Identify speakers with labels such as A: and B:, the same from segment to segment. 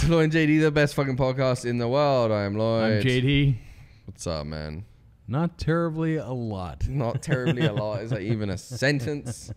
A: to Lloyd and JD, the best fucking podcast in the world. I am Lloyd.
B: I'm JD.
A: What's up, man?
B: Not terribly a lot.
A: Not terribly a lot. Is that even a sentence?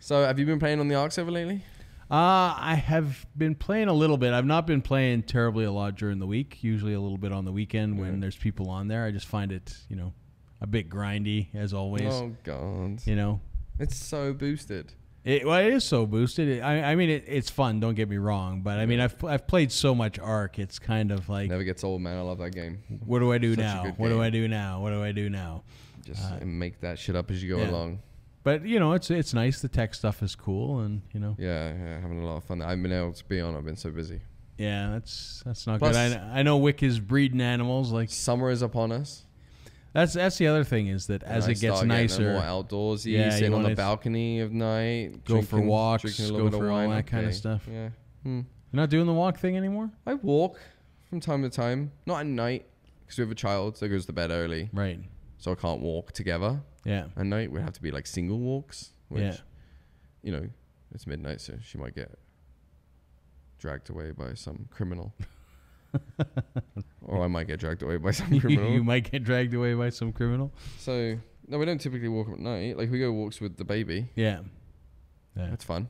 A: So, have you been playing on the Arcs ever lately?
B: Uh, I have been playing a little bit. I've not been playing terribly a lot during the week. Usually a little bit on the weekend when
A: Yeah.
B: there's people on there. I just find it, you know, a bit grindy as always.
A: Oh god,
B: You know,
A: it's so boosted.
B: It, well, it is so boosted. It, I, I mean, it, it's fun. Don't get me wrong, but I mean, I've I've played so much Arc. It's kind of like,
A: Never gets old, man. I love that game.
B: what do I do
A: such a
B: now?
A: good
B: What do
A: game.
B: I do now? What do I do now?
A: Just
B: Uh,
A: make that shit up as you go
B: yeah.
A: along.
B: But you know, it's it's nice. The tech stuff is cool, and you know,
A: Yeah, yeah, having a lot of fun. I haven't been able to be on. I've been so busy.
B: yeah, that's that's not
A: Plus-
B: good. I, I know Wick is breeding animals. Like
A: Summer is upon us.
B: that's that's the other thing is that
A: And
B: as
A: I
B: it gets
A: start getting more
B: nicer,
A: outdoorsy,
B: Yeah, you
A: sitting on the
B: wanna s-
A: balcony of night,
B: Go for
A: drinking-
B: walks,
A: drinking a
B: go
A: little bit
B: for
A: of
B: all
A: wine.
B: that kinda
A: okay.
B: stuff.
A: Yeah, Hmm.
B: you're not doing the walk thing anymore,
A: I walk from time to time, not at night, because we have a child that goes to bed early,
B: right?
A: so I can't walk together
B: Yeah,
A: at night. We have to be like single walks, which
B: yeah.
A: you know, it's midnight, so she might get dragged away by some criminal. or I might get dragged away by some criminal.
B: you might get dragged away by some criminal.
A: So, no, we don't typically walk at night. Like, we go walks with the baby.
B: Yeah, yeah.
A: That's fun.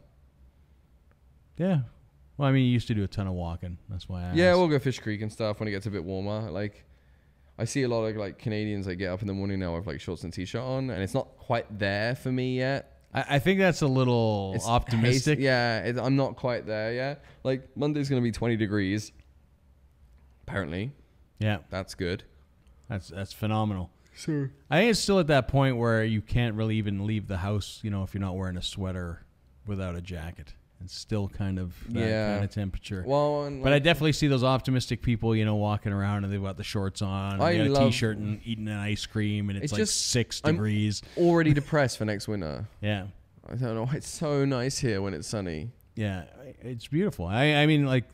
B: Yeah. Well, I mean, you used to do a ton of walking. That's why I
A: Yeah,
B: asked.
A: we'll go Fish Creek and stuff when it gets a bit warmer. Like, I see a lot of like Canadians that get up in the morning now with like shorts and t-shirt on, and it's not quite there for me yet.
B: I, I think that's a little
A: It's
B: optimistic.
A: hazy- yeah, it, I'm not quite there yet. Like Monday's gonna be 20 degrees. Apparently,
B: yeah.
A: that's good.
B: That's that's phenomenal.
A: Sure.
B: I think it's still at that point where you can't really even leave the house, you know, if you're not wearing a sweater without a jacket. It's still kind of that
A: Yeah.
B: kind of temperature.
A: Well, and,
B: but I
A: like,
B: definitely see those optimistic people, you know, walking around and they've got the shorts on, and
A: I
B: they got a
A: love-
B: t-shirt and eating an ice cream, and it's,
A: It's
B: like
A: just-
B: six
A: I'm-
B: degrees.
A: already depressed for next winter.
B: Yeah.
A: I don't know. why It's so nice here when it's sunny.
B: Yeah, it's beautiful. I, I mean, like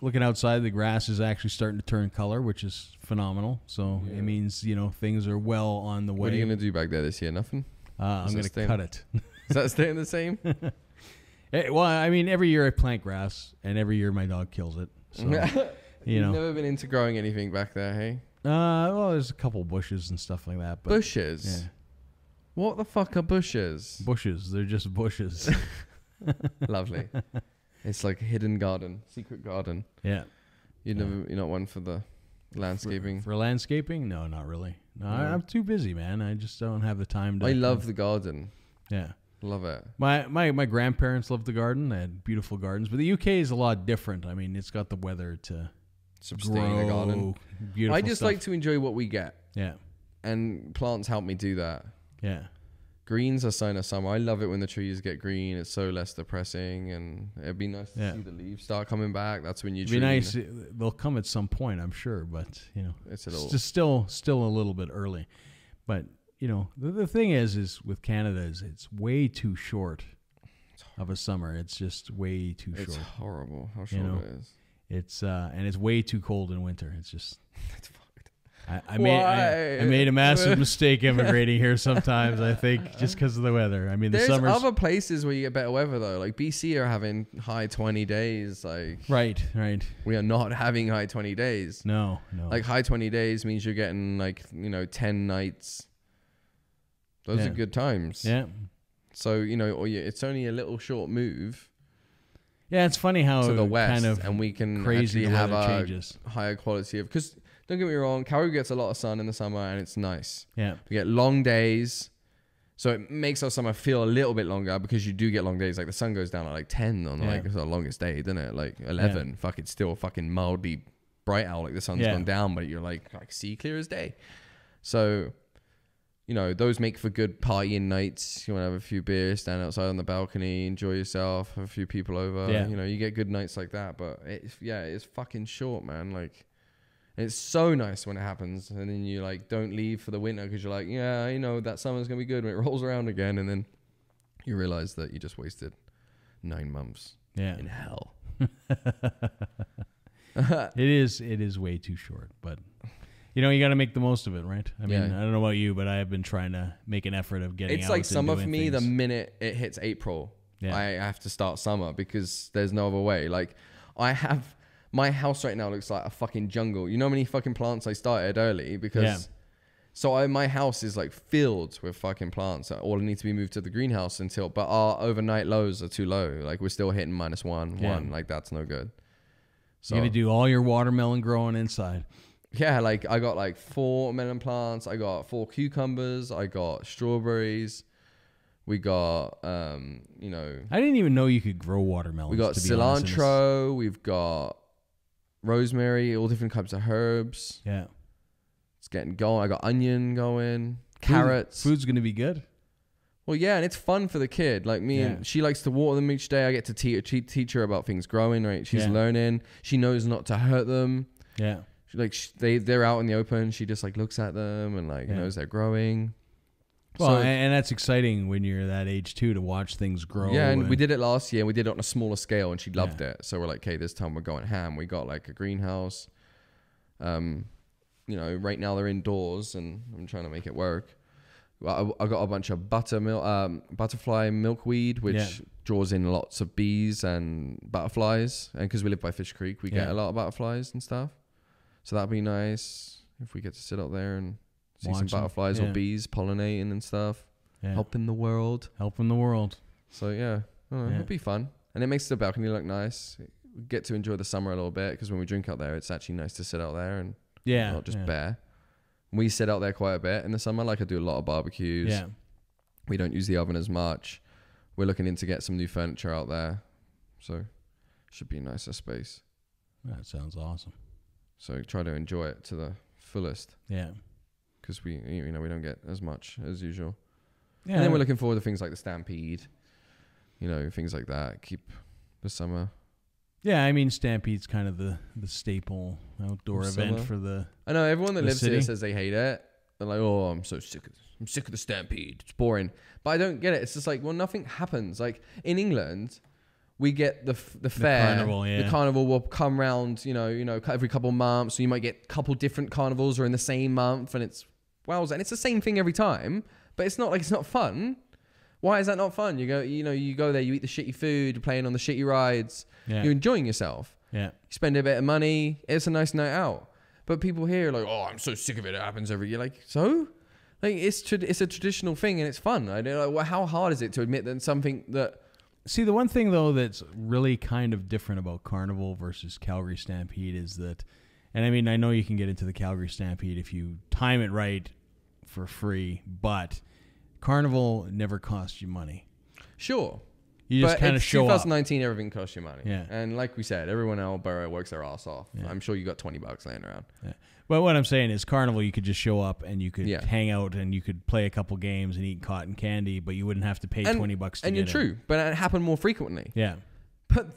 B: looking outside, the grass is actually starting to turn color, which is phenomenal. So
A: Yeah.
B: it means you know things are well on the way.
A: What are you gonna do back there this year? Nothing.
B: uh,
A: is
B: I'm
A: it
B: going to
A: staying-
B: cut it.
A: Is that staying the same?
B: Eh, well, I mean, every year I plant grass, and every year my dog kills it. So you
A: You've
B: know,
A: never been into growing anything back there, hey?
B: uh, well, there's a couple bushes and stuff like that, but
A: bushes.
B: yeah,
A: What the fuck are bushes?
B: bushes. They're just bushes.
A: Lovely. It's like a hidden garden, secret garden.
B: yeah.
A: You
B: Yeah.
A: never, you're not one for the landscaping.
B: For landscaping? No, not really. No, I,
A: No.
B: I'm too busy, man. I just don't have the time to.
A: I love the garden.
B: Yeah.
A: Love it.
B: My, my my grandparents loved the garden. They had beautiful gardens, but the UK is a lot different. I mean, it's got the weather to
A: Sustain the garden.
B: grow Beautiful.
A: I just
B: stuff.
A: like to enjoy what we get,
B: yeah,
A: and plants help me do that.
B: yeah,
A: Green's a sign of summer. I love it when the trees get green. It's so less depressing, and it'd be nice to
B: Yeah.
A: see the leaves start coming back. That's when you.
B: it'd be
A: truly
B: nice.
A: know-
B: They'll come at some point, I'm sure, but you know,
A: It's a
B: it's
A: little.
B: just still still a little bit early. But you know, the, the thing is, is with Canada is it's way too short of a summer. It's just way too
A: it's
B: short.
A: horrible how short
B: know.
A: it is.
B: It's uh, and it's way too cold in winter. It's just
A: It's fucked.
B: I, I made I, I
A: Why?
B: made a massive mistake immigrating here. Sometimes I think just because of the weather. I mean, the
A: There's
B: summers
A: other places where you get better weather though. Like BC are having high 20 days. Like
B: right, right.
A: we are not having high 20 days.
B: No, no.
A: Like high 20 days means you're getting like, you know, 10 nights. Those
B: Yeah.
A: are good times.
B: yeah,
A: So, you know, or you, it's only a little short move
B: yeah. It's funny how
A: to the west
B: Oh, kind of
A: and we can
B: crazy
A: crazy
B: the
A: have
B: weather
A: a
B: changes.
A: higher quality of cuz don't get me wrong, Calgary gets a lot of sun in the summer and it's nice.
B: Yeah,
A: We get long days. So it makes our summer feel a little bit longer because you do get long days. Like the sun goes down at like ten on
B: Yeah.
A: like the longest day, doesn't it? Like eleven. Fuck, it's still fucking mildly bright out. Like the sun's
B: Yeah.
A: gone down, but you're like like sea clear as day. So, you know, those make for good partying nights. You want to have a few beers, stand outside on the balcony, enjoy yourself, have a few people over.
B: Yeah.
A: You know, you get good nights like that. But it's yeah, it's fucking short, man. Like and it's so nice when it happens, and then you like don't leave for the winter because you're like, yeah, you know that summer's gonna be good when it rolls around again, and then you realize that you just wasted nine months
B: yeah.
A: in hell.
B: It is. It is way too short, but. You know, you got to make the most of it, right? I mean,
A: Yeah.
B: I don't know about you, but I have been trying to make an effort of getting.
A: it's
B: out
A: like
B: and
A: summer for
B: doing
A: me. The
B: things.
A: minute it hits April,
B: Yeah.
A: I have to start summer because there's no other way. Like I have my house right now looks like a fucking jungle. You know how many fucking plants I started early because.
B: Yeah.
A: So I, my house is like filled with fucking plants. All need to be moved to the greenhouse until, but our overnight lows are too low. Like we're still hitting minus one,
B: Yeah.
A: one. Like that's no good. So
B: You got to do all your watermelon growing inside.
A: yeah, like I got like four melon plants, I got four cucumbers, I got strawberries, we got um, you know,
B: I didn't even know you could grow watermelons.
A: we got
B: to be honest, in this-
A: cilantro, we've got rosemary, all different types of herbs.
B: Yeah.
A: It's getting going. I got onion going,
B: Food-
A: carrots.
B: food's going to be good.
A: Well, yeah, and it's fun for the kid. Like me,
B: Yeah.
A: and she likes to water them each day. I get to te- te- teach her about things growing. Right, she's
B: Yeah.
A: learning. She knows not to hurt them.
B: Yeah.
A: She, like sh- they, they're out in the open. She just like looks at them and like
B: Yeah.
A: knows they're growing.
B: Well,
A: So-
B: and, and that's exciting when you're that age too to watch things grow.
A: Yeah, and we did it last year. and We did it on a smaller scale, and she loved
B: Yeah.
A: it. So we're like, okay, this time we're going ham. We got like a greenhouse. Um, you know, right now they're indoors, and I'm trying to make it work. Well, I, I got a bunch of buttermilk, um, butterfly milkweed, which
B: Yeah.
A: draws in lots of bees and butterflies. And because we live by Fish Creek, we get
B: Yeah.
A: a lot of butterflies and stuff. So that'd be nice if we get to sit up there and see
B: Watch 'em.
A: some butterflies
B: Yeah.
A: or bees pollinating and stuff,
B: Yeah.
A: helping the world.
B: helping the world.
A: So yeah, I don't know,
B: Yeah.
A: it'd be fun, and it makes the balcony look nice. We get to enjoy the summer a little bit because when we drink out there, it's actually nice to sit out there and
B: Yeah.
A: not just
B: yeah.
A: bare. We sit out there quite a bit in the summer. Like I do a lot of barbecues.
B: Yeah.
A: We don't use the oven as much. We're looking into get some new furniture out there, so should be a nicer space.
B: That sounds awesome.
A: So try to enjoy it to the fullest
B: Yeah.
A: because we you know we don't get as much as usual.
B: Yeah.
A: And then we're looking forward to things like the stampede, you know, things like that. Keep the summer
B: yeah. I mean, Stampede's kind of the the staple outdoor event
A: Summer.
B: for the.
A: I know everyone that
B: The
A: lives
B: city?
A: here says they hate it. They're like, oh, I'm so sick. Of, I'm sick of the stampede. It's boring. But I don't get it. It's just like, well, nothing happens. Like in England, we get the f- the fair.
B: carnival, yeah.
A: The carnival will come round. You know, you know, every couple months. So you might get a couple different carnivals or in the same month, and it's wow, and it's the same thing every time. But it's not like it's not fun. Why is that not fun? You go, you know, you go there, you eat the shitty food, you're playing on the shitty rides,
B: Yeah.
A: you're enjoying yourself
B: yeah.
A: spend a bit of money. It's a nice night out. But people here are like, oh, I'm so sick of it. It happens every year. Like, so? Like, it's tra- it's a traditional thing and it's fun. I don't know. Like, well, how hard is it to admit that something that.
B: See, the one thing though that's really kind of different about Carnival versus Calgary Stampede is that, and I mean, I know you can get into the Calgary Stampede if you time it right for free, but Carnival never costs you money.
A: Sure.
B: You just kind of
A: it's
B: show up.
A: 2019, everything costs you money.
B: Yeah.
A: And like we said, everyone in Alberta works their ass off.
B: Yeah.
A: I'm sure you got 20 bucks laying around.
B: Yeah. But what I'm saying is, Carnival, you could just show up and you could
A: Yeah.
B: hang out and you could play a couple games and eat cotton candy, but you wouldn't have to pay
A: And-
B: twenty bucks. To
A: and
B: get
A: you're true, but it happened more frequently.
B: In. Yeah,
A: But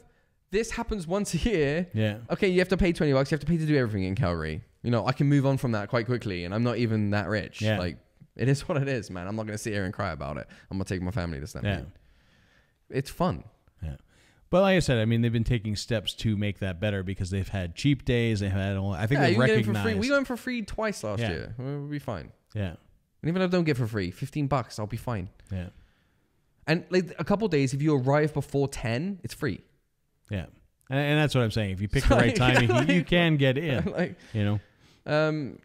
A: this happens once a year.
B: yeah,
A: Okay, you have to pay 20 bucks. You have to pay to do everything in Calgary. You know, I can move on from that quite quickly, and I'm not even that rich.
B: Yeah.
A: Like, it is what it is, man. I'm not going to sit here and cry about it. I'm going to take my family to
B: yeah.
A: Stampede. It's fun.
B: Yeah. But like I said, I mean, they've been taking steps to make that better because they've had cheap days. They've had all. I
A: yeah,
B: think they've
A: you can get it for free.
B: recognized.
A: We went for free twice last
B: Yeah.
A: year. We'll be fine.
B: yeah,
A: And even if I don't get for free, 15 bucks, I'll be fine.
B: yeah,
A: And like a couple days, if you arrive before 10, it's free.
B: yeah. And, and that's what I'm saying. If you pick the
A: Sorry,
B: right timing, you, you
A: like-
B: can get in.
A: like,
B: You know.
A: um,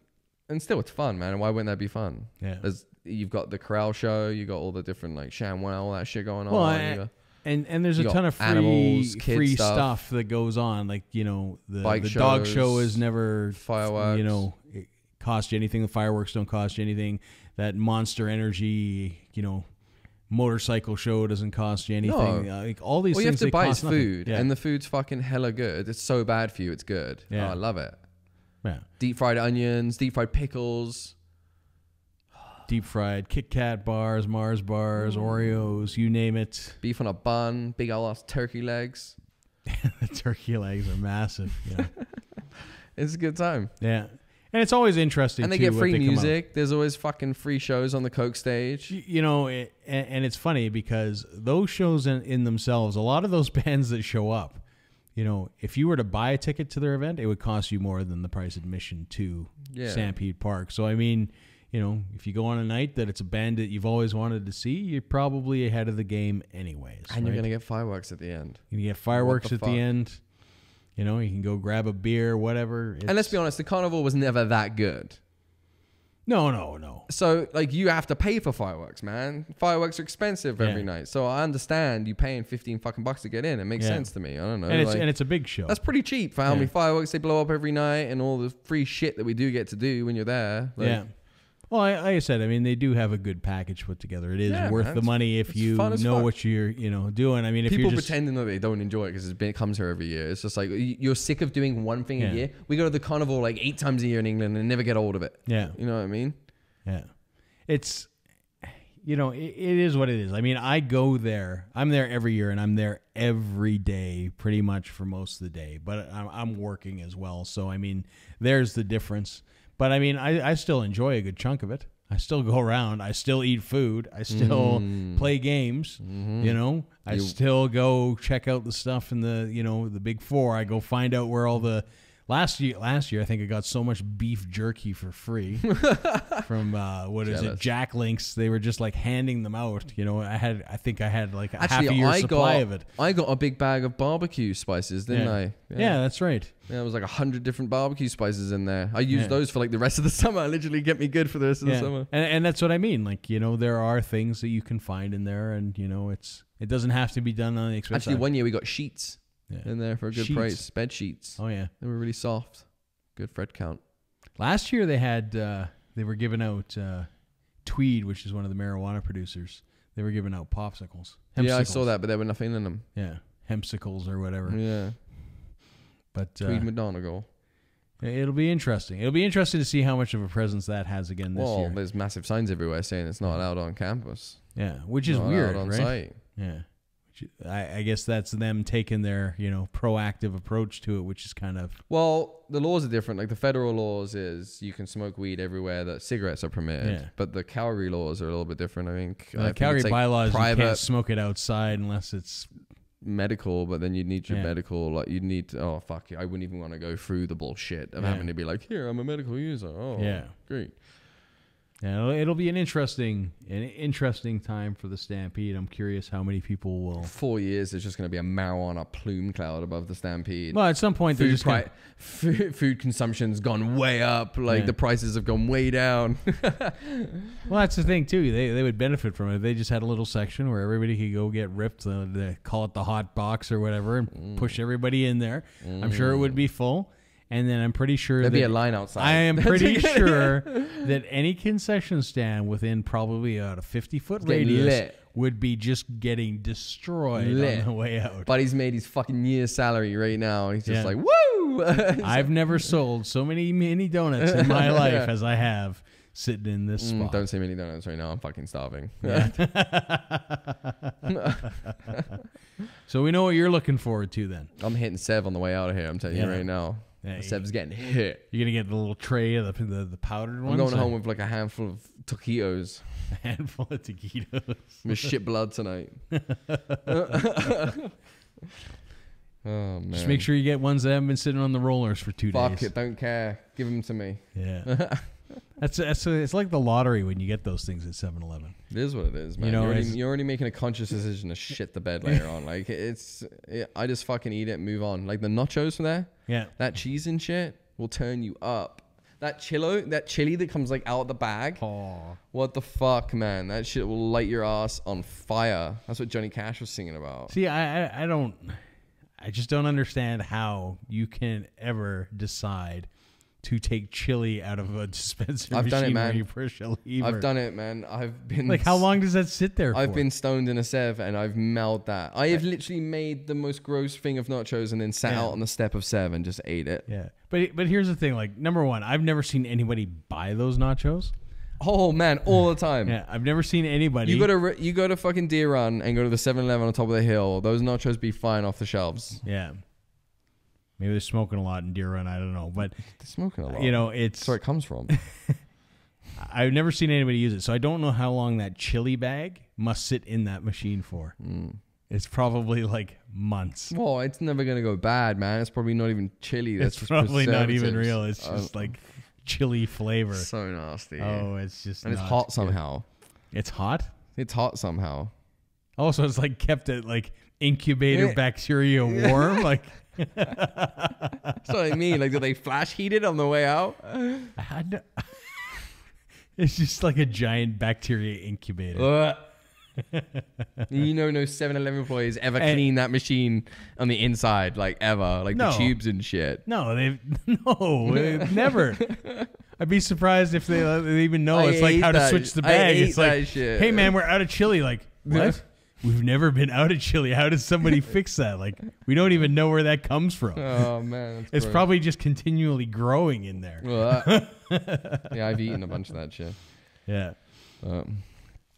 A: and still, it's fun, man. Why wouldn't that be fun?
B: Yeah.
A: There's, you've got the corral show. You got all the different like ShamWow, all that shit going
B: Well,
A: on.
B: I-
A: You got-
B: And and there's a
A: You got
B: ton of free
A: animals, kid
B: free stuff.
A: stuff.
B: that goes on. Like you know, the
A: Bike
B: the dog
A: shows,
B: show is never
A: fireworks.
B: You know, it cost you anything. The fireworks don't cost you anything. That Monster Energy, you know, motorcycle show doesn't cost you anything.
A: No.
B: Uh, like all these
A: All you have
B: things.
A: to
B: they
A: buy
B: cost
A: is
B: nothing.
A: food,
B: Yeah.
A: and the food's fucking hella good. It's so bad for you, it's good.
B: Yeah.
A: Oh, I love it.
B: yeah.
A: Deep fried onions, deep fried pickles.
B: deep fried Kit Kat bars, Mars bars, Oreos, you name it.
A: Beef on a bun, big ol' ass turkey legs.
B: the turkey legs are massive. Yeah.
A: It's a good time.
B: yeah. And it's always interesting.
A: And they
B: too,
A: get
B: what
A: free
B: come up-
A: music. There's always fucking free shows on the Coke stage.
B: You you know, it, and, and it's funny because those shows in, in themselves, a lot of those bands that show up, you know, if you were to buy a ticket to their event, it would cost you more than the price admission to
A: Yeah.
B: Stampede Park. So, I mean, you know, if you go on a night that it's a band that you've always wanted to see, you're probably ahead of the game anyways.
A: And you're
B: right?
A: going to get fireworks at the end.
B: You get fireworks
A: the
B: at
A: fuck?
B: the end. You know, you can go grab a beer, whatever.
A: And let's
B: It's-
A: be honest, the carnival was never that good.
B: no, no, no.
A: So like you have to pay for fireworks, man. Fireworks are expensive every
B: Yeah.
A: night. So I understand you paying fifteen fucking bucks to get in. It makes
B: Yeah.
A: sense to me. I don't know.
B: And it's
A: Uh, like-
B: and it's a big show.
A: that's pretty cheap for how
B: Yeah.
A: many fireworks they blow up every night and all the free shit that we do get to do when you're there. Like,
B: yeah. Well, I, like I said, I mean, they do have a good package put together. It is
A: Yeah,
B: worth
A: man,
B: the
A: it's-
B: money if
A: it's
B: you
A: fun as
B: know
A: fuck.
B: what you're, you know, doing. I mean, if
A: People
B: you're just,
A: pretending that they don't enjoy it because it comes here every year. It's just like y- you're sick of doing one thing
B: Yeah.
A: a year. We go to the carnival like eight times a year in England and never get old of it.
B: yeah,
A: You know what I mean?
B: yeah, it's, you know, it, it is what it is. I mean, I go there. I'm there every year, and I'm there every day, pretty much for most of the day. But I'm, I'm working as well, so I mean, there's the difference. But I mean, I, I still enjoy a good chunk of it. I still go around. I still eat food. I still play games. Mm-hmm. You know, I still go check out the stuff in the you know the big four. I go find out where all the last year. Last year, I think I got so much beef jerky for free from uh, what is it,
A: Jealous.
B: Jack Links. They were just like handing them out. You know, I had I think I had like a
A: Actually,
B: half a year
A: I
B: supply
A: got
B: of it.
A: I got a big bag of barbecue spices, didn't
B: yeah.
A: I?
B: Yeah, that's right.
A: Yeah, there was like a hundred different barbecue spices in there. I used
B: Yeah.
A: those for like the rest of the summer. I literally get me good for the rest of
B: Yeah.
A: the summer.
B: And, and that's what I mean. Like, you know, there are things that you can find in there and, you know, it's it doesn't have to be done on the expensive.
A: Actually, one year we got sheets
B: Yeah.
A: in there for a good
B: Sheets.
A: price. Bed sheets.
B: Oh yeah.
A: They were really soft. Good Fred count.
B: Last year they had uh they were giving out uh Tweed, which is one of the marijuana producers. They were giving out popsicles.
A: Yeah, I
B: Hempsicles.
A: saw that, but there were nothing in them.
B: Yeah. Hempsicles or whatever.
A: Yeah.
B: But uh,
A: Tweed McDonagall.
B: it'll be interesting. It'll be interesting to see how much of a presence that has again this
A: Well,
B: year.
A: there's massive signs everywhere saying it's not allowed on campus.
B: Yeah, which is
A: not
B: weird,
A: allowed on
B: right?
A: site.
B: Yeah. Which I, I guess that's them taking their, you know, proactive approach to it, which is kind of
A: Well, the laws are different. Like the federal laws is you can smoke weed everywhere that cigarettes are permitted,
B: Yeah.
A: but the Calgary laws are a little bit different. I think I
B: uh,
A: think
B: Calgary
A: it's, like,
B: bylaws. you can't
A: private
B: smoke it outside unless it's
A: medical, but then you need your
B: Yeah.
A: medical. Like you need. To, oh fuck! I wouldn't even want to go through the bullshit of
B: Yeah.
A: having to be like, here I'm a medical user. Oh,
B: Yeah.
A: great.
B: yeah, it'll, it'll be an interesting an interesting time for the Stampede. I'm curious how many people will.
A: Four years is just going to be a marijuana plume cloud above the stampede.
B: Well, at some point they're
A: food,
B: just
A: pri-
B: gonna,
A: food, food consumption's gone way up. Like
B: Yeah.
A: the prices have gone way down.
B: well, that's the thing too. They they would benefit from it. They just had a little section where everybody could go get ripped. Uh, they call it the hot box or whatever, and
A: Mm.
B: push everybody in there. I'm sure it would be full. And then I'm pretty sure
A: There'd
B: that
A: be a line outside.
B: I am pretty sure that any concession stand within probably about a 50 foot
A: getting
B: radius
A: lit.
B: would be just getting destroyed on
A: Lit.
B: the way out.
A: But he's made his fucking year's salary right now. He's just
B: Yeah.
A: like, woo! Mm,
B: I've never sold so many mini donuts in my life
A: Yeah.
B: as I have sitting in this
A: Mm,
B: spot.
A: don't say many donuts right now. I'm fucking starving.
B: so we know what you're looking forward to then.
A: I'm hitting Sev on the way out of here. I'm telling
B: Yeah.
A: you right now.
B: Yeah, you-
A: Sev's getting hit.
B: You're gonna get the little tray of the the, the powdered
A: I'm
B: ones.
A: going
B: or
A: home with like a handful of taquitos.
B: a handful of taquitos.
A: with shit blood tonight. oh man.
B: Just make sure you get ones that haven't been sitting on the rollers for two
A: Fuck
B: days.
A: it. Don't care. Give them to me.
B: Yeah. that's that's it's like the lottery when you get those things at 7-Eleven.
A: It is what it is, man. You
B: know,
A: are already,
B: it's-
A: you're already making a conscious decision to shit the bed later on. Like it's, it, I just fucking eat it, move on. Like the nachos from there,
B: Yeah.
A: that cheese and shit will turn you up. That chillo, that chili that comes like out of the bag.
B: Oh.
A: What the fuck, man? That shit will light your ass on fire. That's what Johnny Cash was singing about.
B: See, I, I I don't I just don't understand how you can ever decide to take chili out of a dispenser
A: I've
B: machine
A: done it,
B: where
A: man.
B: you push a lever.
A: I've done it, man. I've been
B: Like how long does that sit there
A: I've
B: for?
A: been stoned in a Sev and I've mailed that. I have literally made the most gross thing of nachos and then sat
B: Yeah.
A: out on the step of Sev and just ate it.
B: Yeah. But but here's the thing, like number 1, I've never seen anybody buy those nachos.
A: Oh man, all the time.
B: Yeah, I've never seen anybody
A: You go to re- you go to fucking Deer Run and go to the 7-Eleven on top of the hill. Those nachos be fine off the shelves.
B: Yeah. Maybe they're smoking a lot in Deer Run, I don't know, but
A: They're smoking a lot.
B: you know, it's
A: that's where it comes from.
B: I've never seen anybody use it, so I don't know how long that chili bag must sit in that machine for. It's probably like months.
A: well, Hmm. it's never gonna go bad, man. It's probably not even chili. That's
B: It's probably not even
A: preservatives.
B: real. It's
A: Oh,
B: just like chili flavor.
A: so nasty.
B: Oh, it's just
A: and it's
B: not
A: hot
B: good.
A: somehow.
B: It's hot.
A: It's hot somehow.
B: Also, it's like kept it like incubator
A: Yeah.
B: bacteria warm. Like,
A: That's what I mean. Like, do they flash heat it on the way out?
B: I don't- it's just like a giant bacteria incubator.
A: Ugh. you know, no 7-Eleven employees ever
B: And-
A: clean that machine on the inside, like ever, like the
B: No.
A: tubes and shit.
B: No, they've no, they've never. I'd be surprised if they, they even know.
A: I
B: it's like
A: hate
B: how to
A: that-
B: switch the
A: I
B: bag.
A: hate
B: It's like,
A: that shit.
B: hey man, we're out of chili. Like what? We've never been out of chili. How does somebody fix that? Like we don't even know where that comes from.
A: Oh man, that's
B: it's
A: gross.
B: probably just continually growing in there.
A: Ugh. yeah, I've eaten a bunch of that shit.
B: Yeah,
A: But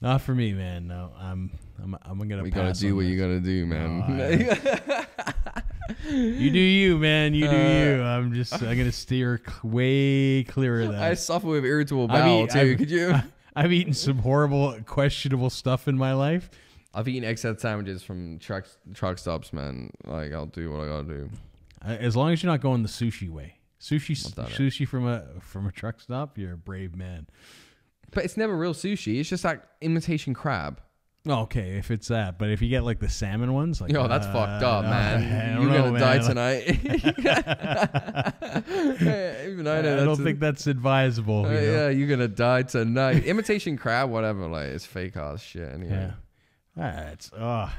B: not for me, man. No, I'm I'm I'm gonna.
A: we gotta
B: pass
A: do
B: on
A: what
B: that.
A: you gotta do, man.
B: You do you, man. You
A: Uh,
B: do you. I'm just I'm gonna steer c- way clear of that.
A: I suffer with irritable
B: I've
A: bowel
B: eat-
A: too.
B: I've-
A: Could you?
B: I've eaten some horrible, questionable stuff in my life.
A: I've eaten egg salad sandwiches from truck truck stops, man. Like I'll do what I gotta do.
B: Uh, As long as you're not going the sushi way. Sushi,
A: done it.
B: sushi from a from a truck stop. You're a brave man.
A: But it's never real sushi. It's just like imitation crab.
B: Okay, if it's that, but if you get like the salmon ones, like
A: Yo, that's
B: uh,
A: fucked up,
B: no, I
A: man.
B: don't
A: You're
B: know,
A: gonna die
B: man.
A: tonight. Even I know.
B: I, don't
A: that's a-
B: think that's advisable.
A: uh,
B: you know?
A: yeah, you're gonna die tonight. Imitation crab, whatever. Like it's fake ass shit. Anyway.
B: Yeah. Ah, it's oh.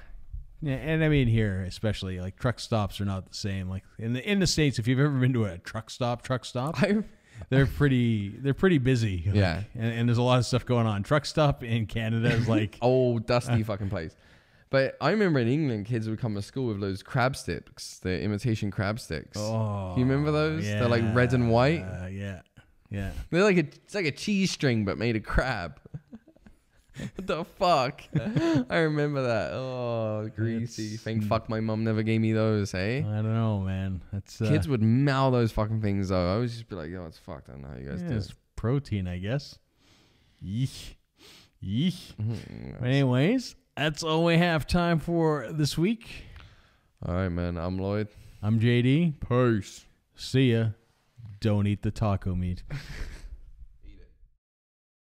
B: Yeah, and I mean here especially like truck stops are not the same. Like in the in the states, if you've ever been to a truck stop, truck stop,
A: I,
B: they're pretty they're pretty busy. like,
A: Yeah.
B: and, and there's a lot of stuff going on. Truck stop in Canada is like
A: old oh, dusty fucking place. But I remember in England, kids would come to school with those crab sticks, the imitation crab sticks.
B: oh,
A: you remember those? They're like red and white.
B: yeah, uh, yeah, yeah.
A: They're like a, it's like a cheese string, but made of crab. what the fuck? I remember that. Oh, greasy
B: It's-
A: thing. Fuck, my mum never gave me those. Hey,
B: I don't know, man. That's uh,
A: Eh? kids would maul those fucking things though. I always just be like, yo, it's fucked. I don't know how you guys
B: yeah,
A: do
B: it's
A: it.
B: protein, I guess. Yeesh, yeesh.
A: Mhm.
B: Anyways, that's all we have time for this week.
A: All right, man. I'm Lloyd.
B: I'm JD.
A: Peace.
B: See ya. Don't eat the taco meat.